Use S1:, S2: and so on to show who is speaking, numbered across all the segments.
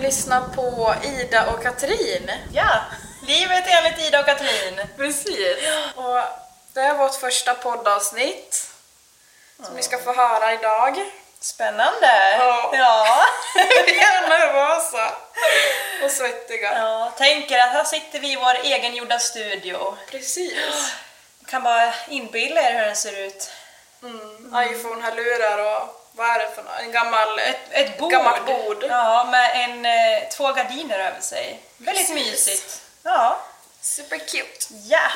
S1: lyssnar på Ida och Katrin.
S2: Ja, livet enligt Ida och Katrin.
S1: Precis. Och det är vårt första poddavsnitt som ni ska få höra idag.
S2: Spännande!
S1: Ja.
S2: Ja.
S1: Vi är nervösa och svettiga.
S2: ja. Tänker att här sitter vi i vår egengjorda studio.
S1: Precis.
S2: Ni kan bara inbilla er hur den ser ut.
S1: Mm. Iphone-hörlurar och vad är det för något? En gammal...
S2: Ett, ett bord.
S1: Gammalt bord.
S2: Ja, med en, eh, två gardiner över sig. Väldigt
S1: Precis.
S2: mysigt. Ja.
S1: Supercute.
S2: ja.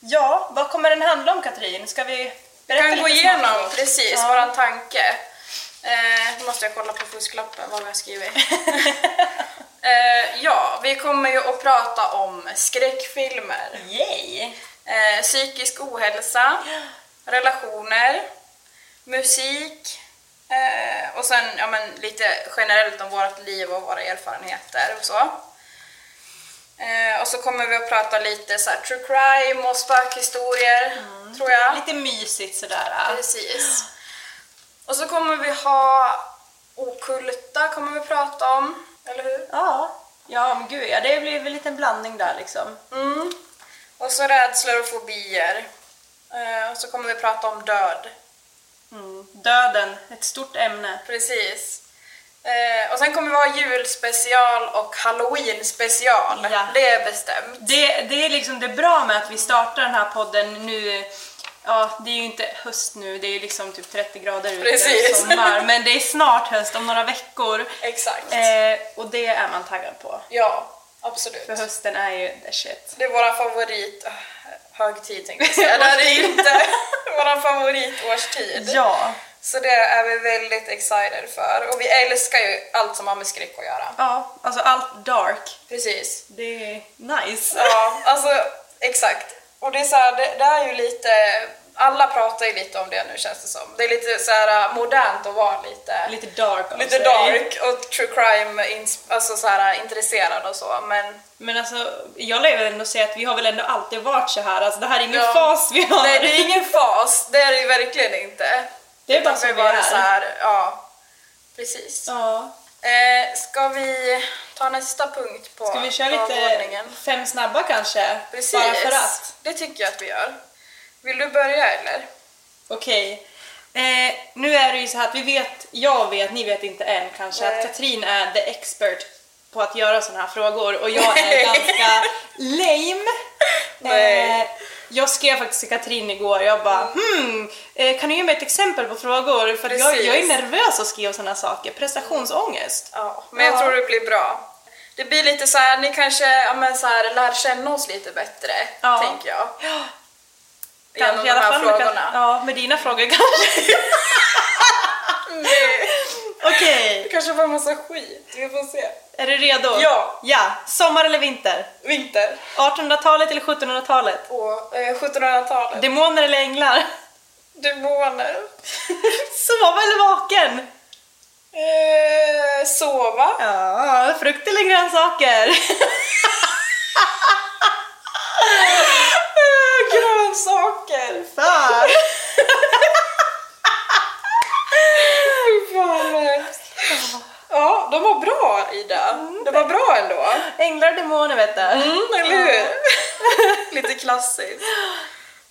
S2: Ja, vad kommer den handla om Katrin? Ska vi berätta
S1: kan
S2: lite
S1: gå igenom
S2: snabbt?
S1: precis
S2: Ja.
S1: våran tanke. Eh, nu måste jag kolla på fusklappen vad vi har skrivit. eh, ja, vi kommer ju att prata om skräckfilmer,
S2: Yay!
S1: eh, psykisk ohälsa, relationer, musik eh, och sen ja, men, lite generellt om vårt liv och våra erfarenheter och så. Eh, och så kommer vi att prata lite så här, true crime och spökhistorier, tror jag.
S2: Lite mysigt sådär.
S1: Precis. Och så kommer vi ha okulta kommer vi prata om, eller hur?
S2: Ja, ja men gud ja, det blir väl en liten blandning där liksom.
S1: Mm. Och så rädslor och fobier. Eh, och så kommer vi prata om död.
S2: Mm. Döden, ett stort ämne.
S1: Precis. Eh, och sen kommer vi ha julspecial och halloween special.
S2: Ja.
S1: Det är bestämt.
S2: Det, det är liksom det bra med att vi startar den här podden nu. Ja, det är ju inte höst nu, det är liksom typ 30 grader ute
S1: Precis.
S2: sommar. Men det är snart höst, om några veckor.
S1: Exakt.
S2: Eh, och det är man taggad på.
S1: Ja, absolut.
S2: För hösten är ju the shit.
S1: Det är våra favorit... äh, Högtid tänkte jag säga. Det här är inte vår favoritårstid.
S2: Ja.
S1: Så det är vi väldigt excited för. Och vi älskar ju allt som har med skräck att göra.
S2: ja, alltså allt dark.
S1: Precis.
S2: Det är nice.
S1: Ja, alltså exakt. Och det är så här, det, det är ju lite... Alla pratar ju lite om det nu känns det som. Det är lite så här modernt att vara lite,
S2: Lite dark av
S1: lite
S2: sig.
S1: dark och true crime ins- alltså så här, intresserad och så. Men
S2: Men alltså, jag vill ändå säga att vi har väl ändå alltid varit så här. Alltså det här är ingen
S1: Ja.
S2: fas vi har.
S1: nej, det är ingen fas. Det är det ju verkligen inte.
S2: Det är bara
S1: Utan
S2: som vi
S1: bara
S2: är.
S1: Så här, ja, precis.
S2: Ja.
S1: Eh, ska vi ta nästa punkt på
S2: Ska vi köra lite
S1: dagordningen?
S2: fem snabba kanske?
S1: Precis.
S2: Bara för att.
S1: Det tycker jag att vi gör. Vill du börja eller?
S2: Okej. Eh, nu är det ju så här att vi vet, jag vet, ni vet inte än kanske,
S1: Nej.
S2: att Katrin är the expert på att göra sådana här frågor och jag är ganska lame.
S1: Nej. Mm.
S2: Eh, jag skrev faktiskt till Katrin igår, jag bara hmm, eh, kan du ge mig ett exempel på frågor? För att jag,
S1: Precis.
S2: jag är nervös att skriva sådana saker, prestationsångest.
S1: Ja, men
S2: Ja.
S1: jag tror det blir bra. Det blir lite så här, ni kanske ja, men så här, lär känna oss lite bättre,
S2: Ja.
S1: tänker jag.
S2: Ja,
S1: Genom
S2: kanske
S1: de här
S2: med Kat-
S1: frågorna.
S2: Ja, med dina frågor kanske.
S1: Nej,
S2: Okej,
S1: Det kanske var en massa skit, vi får se.
S2: är du redo?
S1: Ja.
S2: Ja, sommar eller vinter?
S1: Vinter.
S2: 1800-talet eller 1700-talet?
S1: Och eh, 1700-talet.
S2: Demoner eller änglar?
S1: Demoner.
S2: Sova eller vaken?
S1: Eh, sova.
S2: Ja, frukt eller grönsaker?
S1: Eh, grönsaker.
S2: Fan!
S1: Fy fan vad hemskt. Ja, de var bra Ida. Det var bra ändå.
S2: Änglar och demoner vet du.
S1: Eller hur? Mm, Lite klassiskt.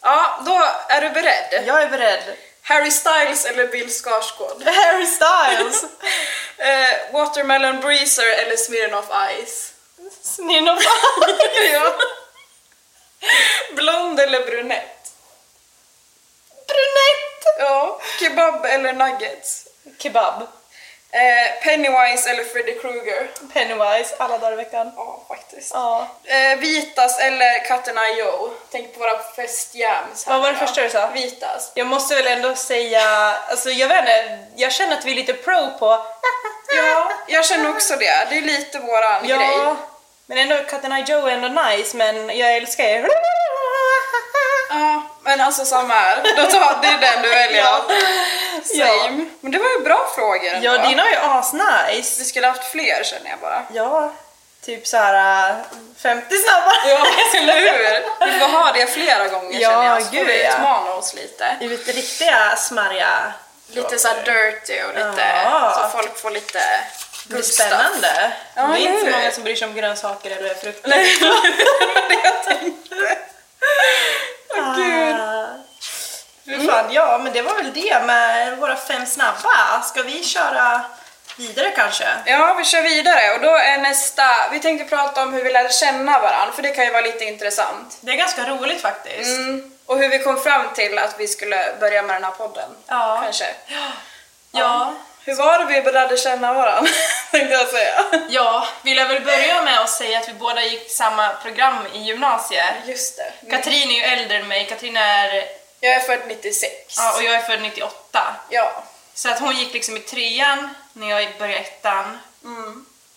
S1: Ja, då är du beredd.
S2: Jag är beredd.
S1: Harry Styles eller Bill Skarsgård?
S2: Harry Styles!
S1: Eh, watermelon Breezer eller Smirnoff Ice?
S2: Smirnoff
S1: ja. Blond eller brunett?
S2: Brunett!
S1: Ja. Kebab eller nuggets?
S2: Kebab.
S1: Eh, Pennywise eller Freddy Krueger?
S2: Pennywise, alla dagar i veckan.
S1: Ja, faktiskt.
S2: Ja.
S1: Eh, vitas eller Katten I Joe? Tänk på våra festjams. här
S2: Vad var det
S1: idag.
S2: första du sa?
S1: Vitas.
S2: Jag måste väl ändå säga, alltså jag vet inte, jag känner att vi är lite pro på
S1: Ja, jag känner också det. Det är lite våran grej.
S2: men ändå Cat and I Joe är ändå nice men jag älskar er.
S1: Ja, men alltså samma här. Då tar, det är den du väljer.
S2: Ja.
S1: Same. Men det var ju bra frågor ändå.
S2: Ja, dina är ju asnice.
S1: Vi skulle haft fler känner jag bara.
S2: Ja, typ såhär äh, 50 snabba.
S1: eller hur? Vi får ha det flera gånger
S2: Ja,
S1: känner jag. Så får
S2: gud,
S1: vi
S2: ja.
S1: utmana oss lite.
S2: Ut riktiga smarriga.
S1: Lite så här dirty och lite
S2: Ja.
S1: så folk får lite
S2: Det är
S1: Good
S2: spännande.
S1: Ja,
S2: det är inte
S1: eller
S2: så
S1: hur?
S2: många som bryr sig om grönsaker eller frukter.
S1: det jag tänkte. Åh gud.
S3: Ah. Fy Fan, ja, men det var väl det med våra fem snabba. Ska vi köra vidare kanske?
S1: Ja, vi kör vidare och då är nästa, vi tänkte prata om hur vi lärde känna varandra för det kan ju vara lite intressant.
S3: Det är ganska roligt faktiskt.
S1: Mm. Och hur vi kom fram till att vi skulle börja med den här podden.
S3: Ja.
S1: Kanske.
S2: Ja.
S1: Hur var det vi lärde känna varandra? tänkte jag säga.
S2: ja, vi lär väl börja med att säga att vi båda gick samma program i gymnasiet.
S1: Just det.
S2: Katrin är ju äldre än mig, Katrin är...
S1: Jag är född 96.
S2: Ja, och jag är född 98.
S1: Ja.
S2: Så att hon gick liksom i trean när jag började ettan.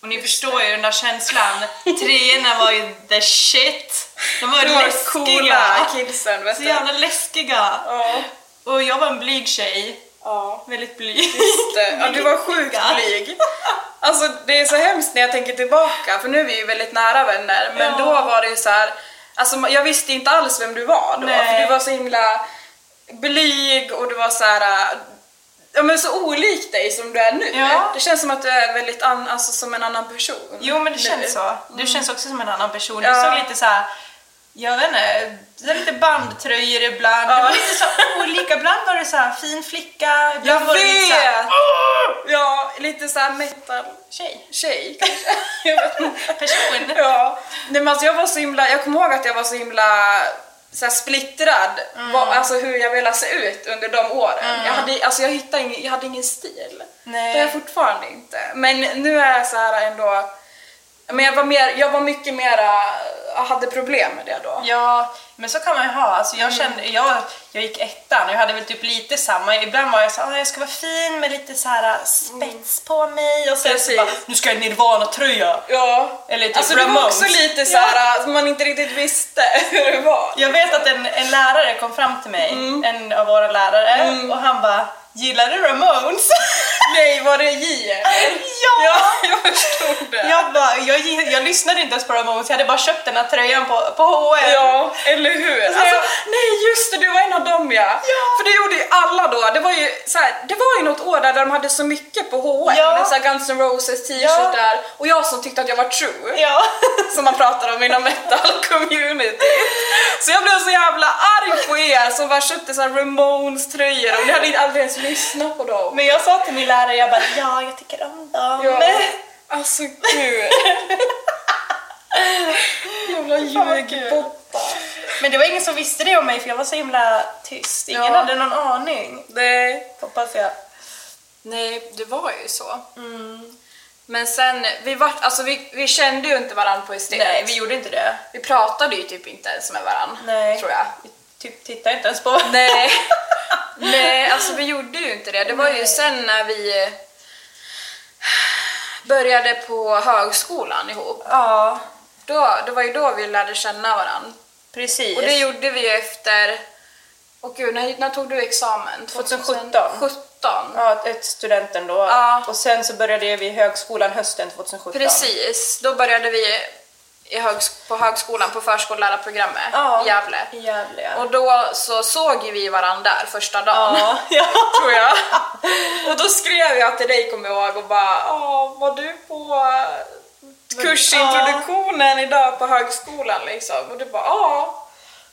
S2: Och ni förstår ju den där känslan. Treorna var ju the shit. De var
S1: Det var
S2: läskiga.
S1: coola kidsen vet
S2: Så
S1: du.
S2: jävla läskiga.
S1: Ja.
S2: Och jag var en blyg tjej.
S1: Ja.
S2: Väldigt blyg.
S1: Just det. Ja, du var sjukt blyg. Alltså det är så hemskt när jag tänker tillbaka för nu är vi ju väldigt nära vänner men
S2: Ja.
S1: då var det ju så här. Alltså jag visste inte alls vem du var då
S2: Nej.
S1: för du var så himla blyg och du var så här. äh, Ja men så olik dig som du är nu.
S2: Ja.
S1: Det känns som att du är väldigt an, alltså, som en annan person.
S2: Jo men det
S1: nu.
S2: känns så. Du känns också som en annan person. Du
S1: Ja.
S2: såg lite så här. jag vet inte, det var lite bandtröjor ibland. Det
S1: Ja.
S2: var lite så olika. Ibland var du så här fin flicka, ibland
S1: Jag
S2: var du lite så här,
S1: vet! Ja, lite såhär metal-tjej
S2: tjej,
S1: kanske. Jag vet inte.
S2: person.
S1: Ja, nej men alltså jag var så himla, jag kommer ihåg att jag var så himla så här splittrad,
S2: Mm.
S1: vad, alltså hur jag ville se ut under de åren. Jag, hade, alltså jag, hittade ingen, jag hade ingen stil.
S2: Nej.
S1: Det har jag fortfarande inte. Men nu är jag så här ändå, men jag var, mer, jag var mycket mera, jag hade problem med det då.
S2: Ja, men så kan man ju ha. Alltså
S1: Mm.
S2: jag, kände, jag, jag gick ettan och jag hade väl typ lite samma. Ibland var jag så här, "Ah, jag ska vara fin med lite så här äh, spets på mig och sen så
S1: Mm. Precis.
S2: bara, nu ska jag ha Nirvana-tröja.
S1: Ja.
S2: Eller typ
S1: Alltså du var
S2: Ramones.
S1: också lite så här som man inte riktigt visste hur det var.
S2: Jag vet att en, en lärare kom fram till mig,
S1: Mm.
S2: en av våra lärare, och han bara Gillar du Ramones?
S1: Nej, var det J?
S2: ja!
S1: Ja, jag förstod det.
S2: Jag, bara, jag, gi- jag lyssnade inte ens på Ramones, jag hade bara köpt den här tröjan på, på H&M.
S1: Ja, eller hur? Alltså, nej just det, du var en av dem ja. För det gjorde ju alla då. Det var ju, så här, det var ju något år där de hade så mycket på H&M
S2: Ja.
S1: så här Guns N' Roses t-shirtar och jag som tyckte att jag var true.
S2: Ja.
S1: Som man pratar om inom metal community. Så jag blev så jävla arg på er som bara köpte så här Ramones tröjor och ni hade inte aldrig ens lyssnat på dem.
S2: Men jag sa till min lärare, jag bara ja, jag tycker om dem.
S1: Ja. Alltså gud. Jävla
S2: Fan, vad kul.
S1: ljugbottar.
S2: Men det var ingen som visste det om mig för jag var så himla tyst. Ingen
S1: Ja.
S2: hade någon aning.
S1: Nej.
S2: Hoppas jag.
S1: Nej, det var ju så. Mm. Men sen, vi, vart, alltså vi, vi kände ju inte varandra på estet.
S2: Nej, vi gjorde inte det.
S1: Vi pratade ju typ inte ens med varandra,
S2: Nej.
S1: tror jag.
S2: Vi typ tittade inte ens på varandra.
S1: Nej. Nej, alltså vi gjorde ju inte det. Det var ju sen när vi eh, började på högskolan ihop.
S2: Ja,
S1: Då, det var ju då vi lärde känna varandra.
S2: precis.
S1: Och det gjorde vi ju efter... Åh gud, när, när tog du examen?
S2: 2017.
S1: 2017.
S2: Ja, ett studenten då.
S1: Ja.
S2: Och sen så började vi i högskolan hösten 2017.
S1: Precis, då började vi i högs- på högskolan på förskollärarprogrammet
S2: Ja.
S1: i Gävle.
S2: I Gävle, ja.
S1: Och då så såg ju vi varandra där första dagen,
S2: Ja, ja.
S1: tror jag. Och då skrev jag till dig, kommer jag ihåg, och bara "Ja, var du på eh, kursintroduktionen idag på högskolan?” liksom. Och du bara “Ja”.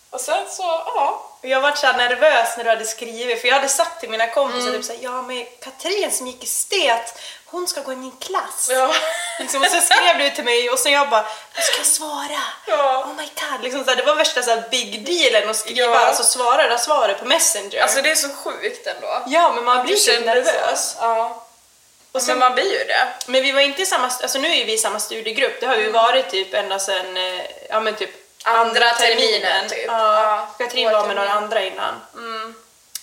S1: Och sen så, ja.
S2: Och Jag var så här nervös när du hade skrivit för jag hade sagt till mina
S1: Mm.
S2: kompisar typ såhär, ja men Katrin som gick i stet, hon ska gå in i en klass.
S1: Ja.
S2: Liksom, och så skrev du till mig och sen jag bara, vad ska jag svara?
S1: Ja.
S2: Oh my god. Liksom, så här, det var värsta så här, big dealen att skriva,
S1: Ja.
S2: alltså svara det där svaret på Messenger.
S1: Alltså det är så sjukt ändå.
S2: ja men man blir
S1: Du
S2: så
S1: kände det så?
S2: nervös.
S1: Ja.
S2: Och
S1: Men
S2: sen,
S1: man blir ju det.
S2: men vi var inte i samma, alltså nu är vi i samma studiegrupp, det har vi varit typ ända sen, eh, ja men typ
S1: Mm. Andra terminen, typ.
S2: Ja,
S1: Ja, Mm.
S2: Katrin var med
S1: vårterminen.
S2: några andra innan.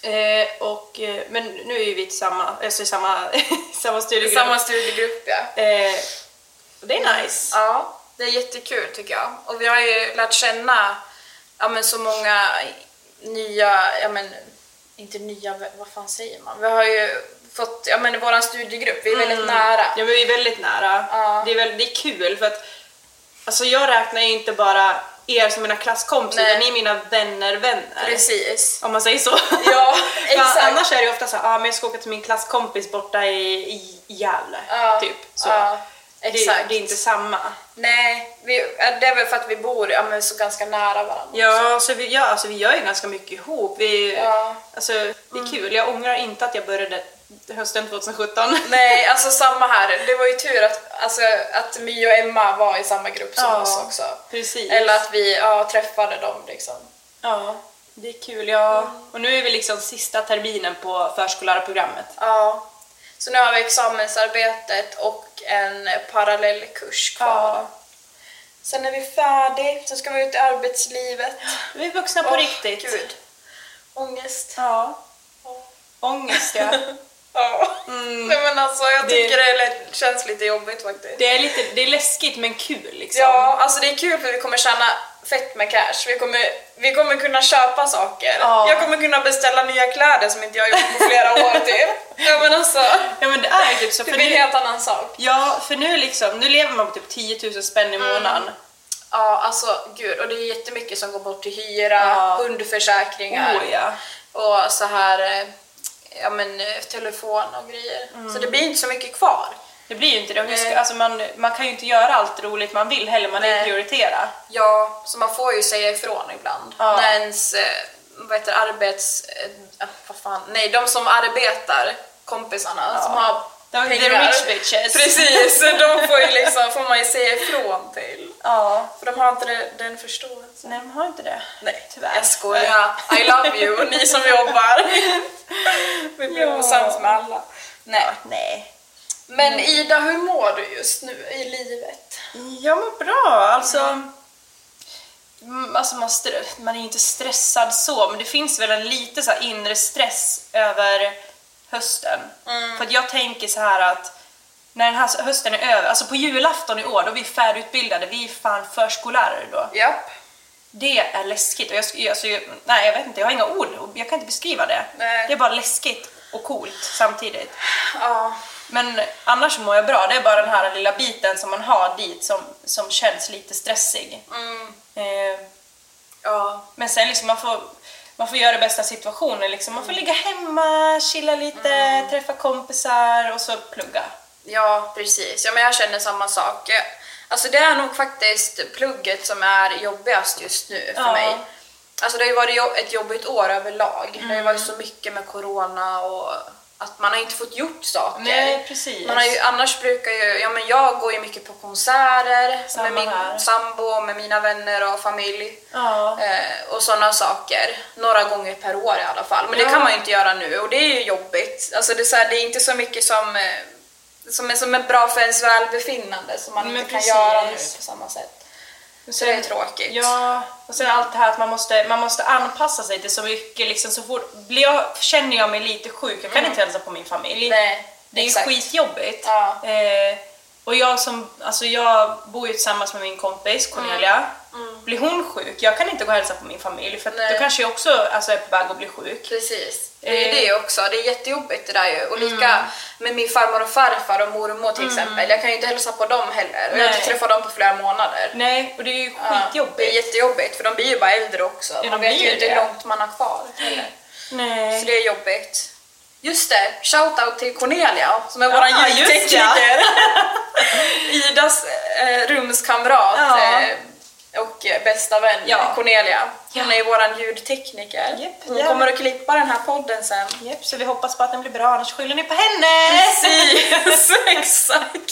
S2: Eh, och, eh, men nu är vi i samma, alltså i samma, samma
S1: I
S2: studiegrupp.
S1: samma Mm. studiegrupp ja.
S2: Eh, och det är nice.
S1: Ja, det är jättekul tycker jag. Och vi har ju lärt känna ja, men så många nya, ja men inte nya, vad fan säger man? Vi har ju fått, ja men vår studiegrupp, vi är väldigt nära.
S2: Mm. Ja, men vi är väldigt nära.
S1: Ja.
S2: Det, är väl, det är kul för att alltså jag räknar ju inte bara er som mina klasskompisar,
S1: Nej.
S2: utan ni är mina vänner-vänner.
S1: Precis.
S2: Om man säger så.
S1: Ja,
S2: För
S1: exakt.
S2: Annars är det ju ofta så ah, men jag ska åka till min klasskompis borta i, i Gävle.
S1: Ja,
S2: typ. Så.
S1: ja,
S2: det,
S1: exakt.
S2: det är inte samma.
S1: Nej, vi, det är väl för att vi bor ja, men så ganska nära varandra.
S2: Ja, så vi, ja alltså, vi gör ju ganska mycket ihop. Vi,
S1: Ja.
S2: alltså, det är kul. Jag ångrar inte att jag började hösten 2017.
S1: Nej, alltså samma här. Det var ju tur att, alltså, att My och Emma var i samma grupp som
S2: Ja,
S1: oss också.
S2: precis.
S1: Eller att vi ja, träffade dem liksom.
S2: Ja, det är kul. Ja. Och nu är vi liksom sista terminen på förskollärarprogrammet.
S1: Ja. Så nu har vi examensarbetet och en parallellkurs kvar.
S2: Ja.
S1: Sen är vi färdig, sen ska vi ut i arbetslivet.
S2: Vi är vuxna på
S1: Åh,
S2: riktigt.
S1: Gud. Ångest.
S2: Ja. Ångest ja.
S1: Ja. Nej men alltså jag
S2: Det-
S1: tycker det, det känns lite jobbigt faktiskt.
S2: Det är, lite, det är läskigt men kul liksom.
S1: Ja, alltså det är kul för vi kommer tjäna fett med cash. Vi kommer, vi kommer kunna köpa saker.
S2: Ja.
S1: Jag kommer kunna beställa nya kläder som inte jag har gjort på flera år typ. Ja men alltså,
S2: Ja, men det är ju typ så.
S1: det
S2: För
S1: blir en
S2: nu,
S1: helt annan sak.
S2: ja, för nu liksom, nu lever man på typ 10 000 spänn i
S1: Mm.
S2: månaden.
S1: Ja, alltså gud. Och det är jättemycket som går bort till hyra,
S2: Ja.
S1: hundförsäkringar
S2: Oh, ja.
S1: och så här eh, ja, men, eh, telefon och grejer.
S2: Mm.
S1: Så det blir inte så mycket kvar.
S2: Det blir ju inte det. Och hur
S1: Nej.
S2: Ska, alltså man, man kan ju inte göra allt roligt man vill heller, man är
S1: Nej.
S2: ju prioritera.
S1: Ja, så man får ju säga ifrån ibland.
S2: Ja.
S1: När ens eh, vad heter det, arbets... eh, ah, vad fan. Nej, de som arbetar, kompisarna som har
S2: De- the
S1: pengar.
S2: rich bitches.
S1: Precis, de får, ju liksom, får man ju säga ifrån till.
S2: Ja.
S1: För de har inte det- den förståelsen.
S2: Nej, man har inte det.
S1: Nej,
S2: tyvärr.
S1: Jag skojar. I love you, och ni som jobbar. Vi blir
S2: Ja.
S1: osams med alla. Nej.
S2: Nej.
S1: Men Ida, hur mår du just nu i livet?
S2: Jag mår bra, alltså. Mm, Alltså man, str- man är ju inte stressad så, men det finns väl en lite så här inre stress över hösten. För att jag tänker så här att när den här hösten är över, alltså på julafton i år, då är vi färdigutbildade, vi är fan förskollärare då.
S1: Japp.
S2: Det är läskigt och jag, sk- alltså, jag, nej, jag vet inte, jag har inga ord, och jag kan inte beskriva det.
S1: Nej.
S2: Det är bara läskigt och coolt samtidigt.
S1: Ja.
S2: Men annars mår jag bra. Det är bara den här lilla biten som man har dit som, som känns lite stressig.
S1: Mm.
S2: Eh,
S1: Ja.
S2: men sen liksom man får, man får göra det bästa av situationen. Liksom. Man får ligga hemma, chilla lite,
S1: Mm.
S2: träffa kompisar och så plugga.
S1: Ja, precis. Ja, men jag känner samma sak. Eh, Alltså det är nog faktiskt plugget som är jobbigast just nu för
S2: Ja.
S1: mig. Alltså det har ju varit jo- ett jobbigt år överlag. Det har ju varit så mycket med corona och att man har inte fått gjort saker.
S2: Nej, precis.
S1: Man har ju, annars brukar ju, ja men jag går ju mycket på konserter
S2: Samma
S1: med min
S2: här.
S1: sambo, med mina vänner och familj.
S2: Ja.
S1: Eh, och sådana saker. Några gånger per år i alla fall. Men det
S2: Ja.
S1: kan man ju inte göra nu och det är ju jobbigt. Alltså det, är så här, det är inte så mycket som, eh, som, är, som är bra för ens välbefinnande som man
S2: Men
S1: inte
S2: precis.
S1: kan göra nu på samma sätt. Så det är tråkigt.
S2: Ja, och sen allt det här att man måste, man måste anpassa sig till så mycket. Liksom, så fort, blir jag, känner jag mig lite sjuk, jag kan inte hälsa på min familj.
S1: Mm. Nej,
S2: det är ju
S1: exakt.
S2: skitjobbigt.
S1: Ja.
S2: Eh, och jag som, alltså jag bor ju tillsammans med min kompis
S1: Mm.
S2: Cornelia. Blir hon sjuk, jag kan inte gå och hälsa på min familj för att
S1: Nej.
S2: då kanske jag också alltså, är på väg att bli sjuk.
S1: Precis. Det är
S2: Eh. Mm.
S1: det också, det är jättejobbigt det där ju. Och lika med min farmor och farfar och mormor till exempel. Jag kan ju inte hälsa på dem heller och jag har inte
S2: Nej.
S1: träffat dem på flera månader.
S2: Nej, och det är ju
S1: Ja, Det är
S2: skitjobbigt.
S1: jättejobbigt för de blir ju bara äldre också.
S2: de
S1: man vet
S2: blir
S1: ju
S2: ju
S1: inte hur
S2: det.
S1: långt man har kvar. heller.
S2: Nej.
S1: Så det är jobbigt. Just det, shoutout till Cornelia som är våran
S2: Ja, just det.
S1: ljudtekniker. Idas eh, rumskamrat
S2: Ja.
S1: eh, och eh, bästa vän
S2: Ja.
S1: Cornelia. Hon
S2: Ja.
S1: är våran ljudtekniker.
S2: Japp,
S1: Hon
S2: ja.
S1: kommer att klippa den här podden sen.
S2: Japp, så vi hoppas på att den blir bra, annars skyller ni på henne!
S1: Precis, exakt.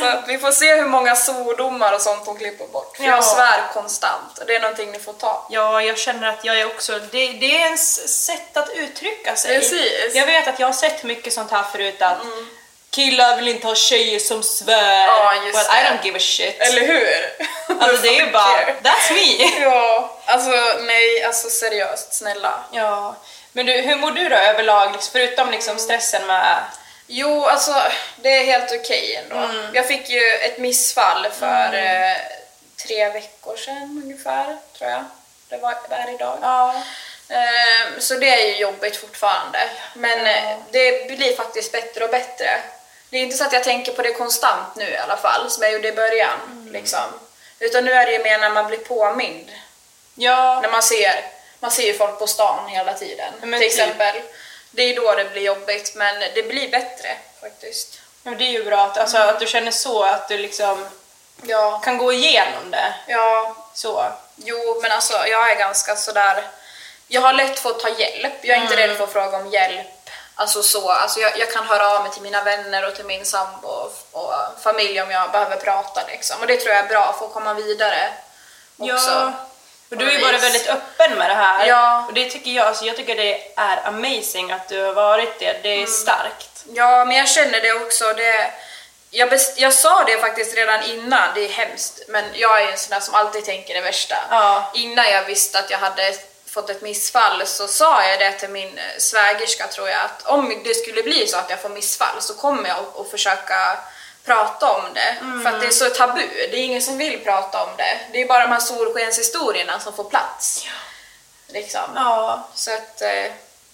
S1: Så att vi får se hur många svordomar och sånt hon klipper bort. För
S2: Ja.
S1: jag svär konstant och det är någonting ni får ta.
S2: Ja, jag känner att jag är också... Det, det är ens sätt att uttrycka sig.
S1: Precis. Mm.
S2: Jag vet att jag har sett mycket sånt här förut att killar vill inte ha tjejer som svär.
S1: Ja, just
S2: well,
S1: det.
S2: I don't give a shit.
S1: Eller hur?
S2: alltså det är ju bara,
S1: Fuck you.
S2: that's me.
S1: Ja, alltså nej, alltså seriöst, snälla.
S2: Ja. Men du, hur mår du då överlag, liksom, förutom liksom stressen med...
S1: Jo, alltså det är helt okej ändå. Jag fick ju ett missfall för eh, tre veckor sedan ungefär, tror jag. Det var det är idag.
S2: Ja.
S1: Ehm, så det är ju jobbigt fortfarande. Men eh, det blir faktiskt bättre och bättre. Det är inte så att jag tänker på det konstant nu i alla fall, som jag gjorde i början. Liksom. Utan nu är det ju mer när man blir påmind.
S2: Ja,
S1: När man ser, man ser ju folk på stan hela tiden
S2: Men
S1: till
S2: typ.
S1: exempel. Det är då det blir jobbigt men det blir bättre faktiskt.
S2: men det är ju bra att, alltså, att du känner så, att du liksom
S1: Ja,
S2: kan gå igenom det.
S1: ja
S2: Så.
S1: Jo, men alltså jag är ganska sådär... Jag har lätt för att ta hjälp. Jag är inte
S2: Mm.
S1: rädd för att fråga om hjälp. Alltså så, alltså jag, jag kan höra av mig till mina vänner och till min sambo och, och familj om jag behöver prata liksom. Och det tror jag är bra för att komma vidare också.
S2: Ja. Och du är ju varit
S1: Vis.
S2: väldigt öppen med det här.
S1: Ja.
S2: Och det tycker jag, alltså, jag tycker det är amazing att du har varit det. Det är starkt.
S1: Ja, men jag känner det också. Det, jag, best, jag sa det faktiskt redan innan, det är hemskt, men jag är en sån där som alltid tänker det värsta.
S2: Ja.
S1: Innan jag visste att jag hade fått ett missfall så sa jag det till min eh, svägerska tror jag, att om det skulle bli så att jag får missfall så kommer jag att, att försöka prata om det. För att det är så tabu, det är ingen som vill prata om det. Det är bara de här solskenshistorierna som får plats. Liksom.
S2: Ja,
S1: Så att, eh,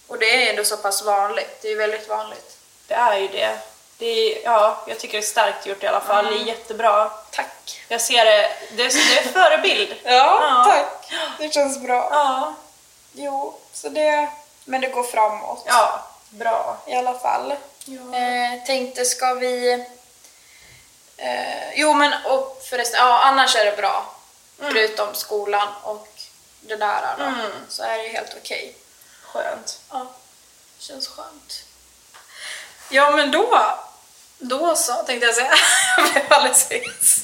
S1: och det är ändå så pass vanligt, det är ju väldigt vanligt.
S2: det är ju det. det är, ja, jag tycker det är starkt gjort i alla fall. Det är jättebra.
S1: Tack!
S2: Jag ser det, det är, det är förebild.
S1: Ja,
S2: Ja.
S1: tack. Det känns bra.
S2: Ja.
S1: Jo, så det... Men det går framåt
S2: Ja, bra.
S1: i alla fall. Eh, tänkte, ska vi... Eh, jo, men och förresten, ja, annars är det bra. Förutom skolan och det där då, så är det ju helt okej.
S2: Skönt.
S1: Mm. Ja, känns skönt. Ja, men då... Då så, tänkte jag säga. Jag blev alldeles hes.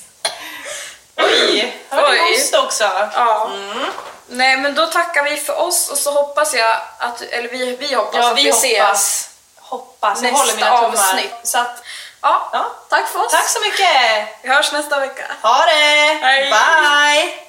S2: Oj! Här var
S1: Oj.
S2: det hosta också.
S1: Ja. Mm. Nej men då tackar vi för oss och så hoppas jag att, eller vi, vi hoppas
S2: Ja,
S1: att
S2: vi
S1: vi ses.
S2: hoppas. Hoppas. Jag
S1: Nästa
S2: håller mina tummar.
S1: avsnitt.
S2: Så att,
S1: Ja,
S2: ja.
S1: tack för oss.
S2: Tack så mycket!
S1: Vi hörs nästa vecka.
S2: Ha det!
S1: Hej.
S2: Bye!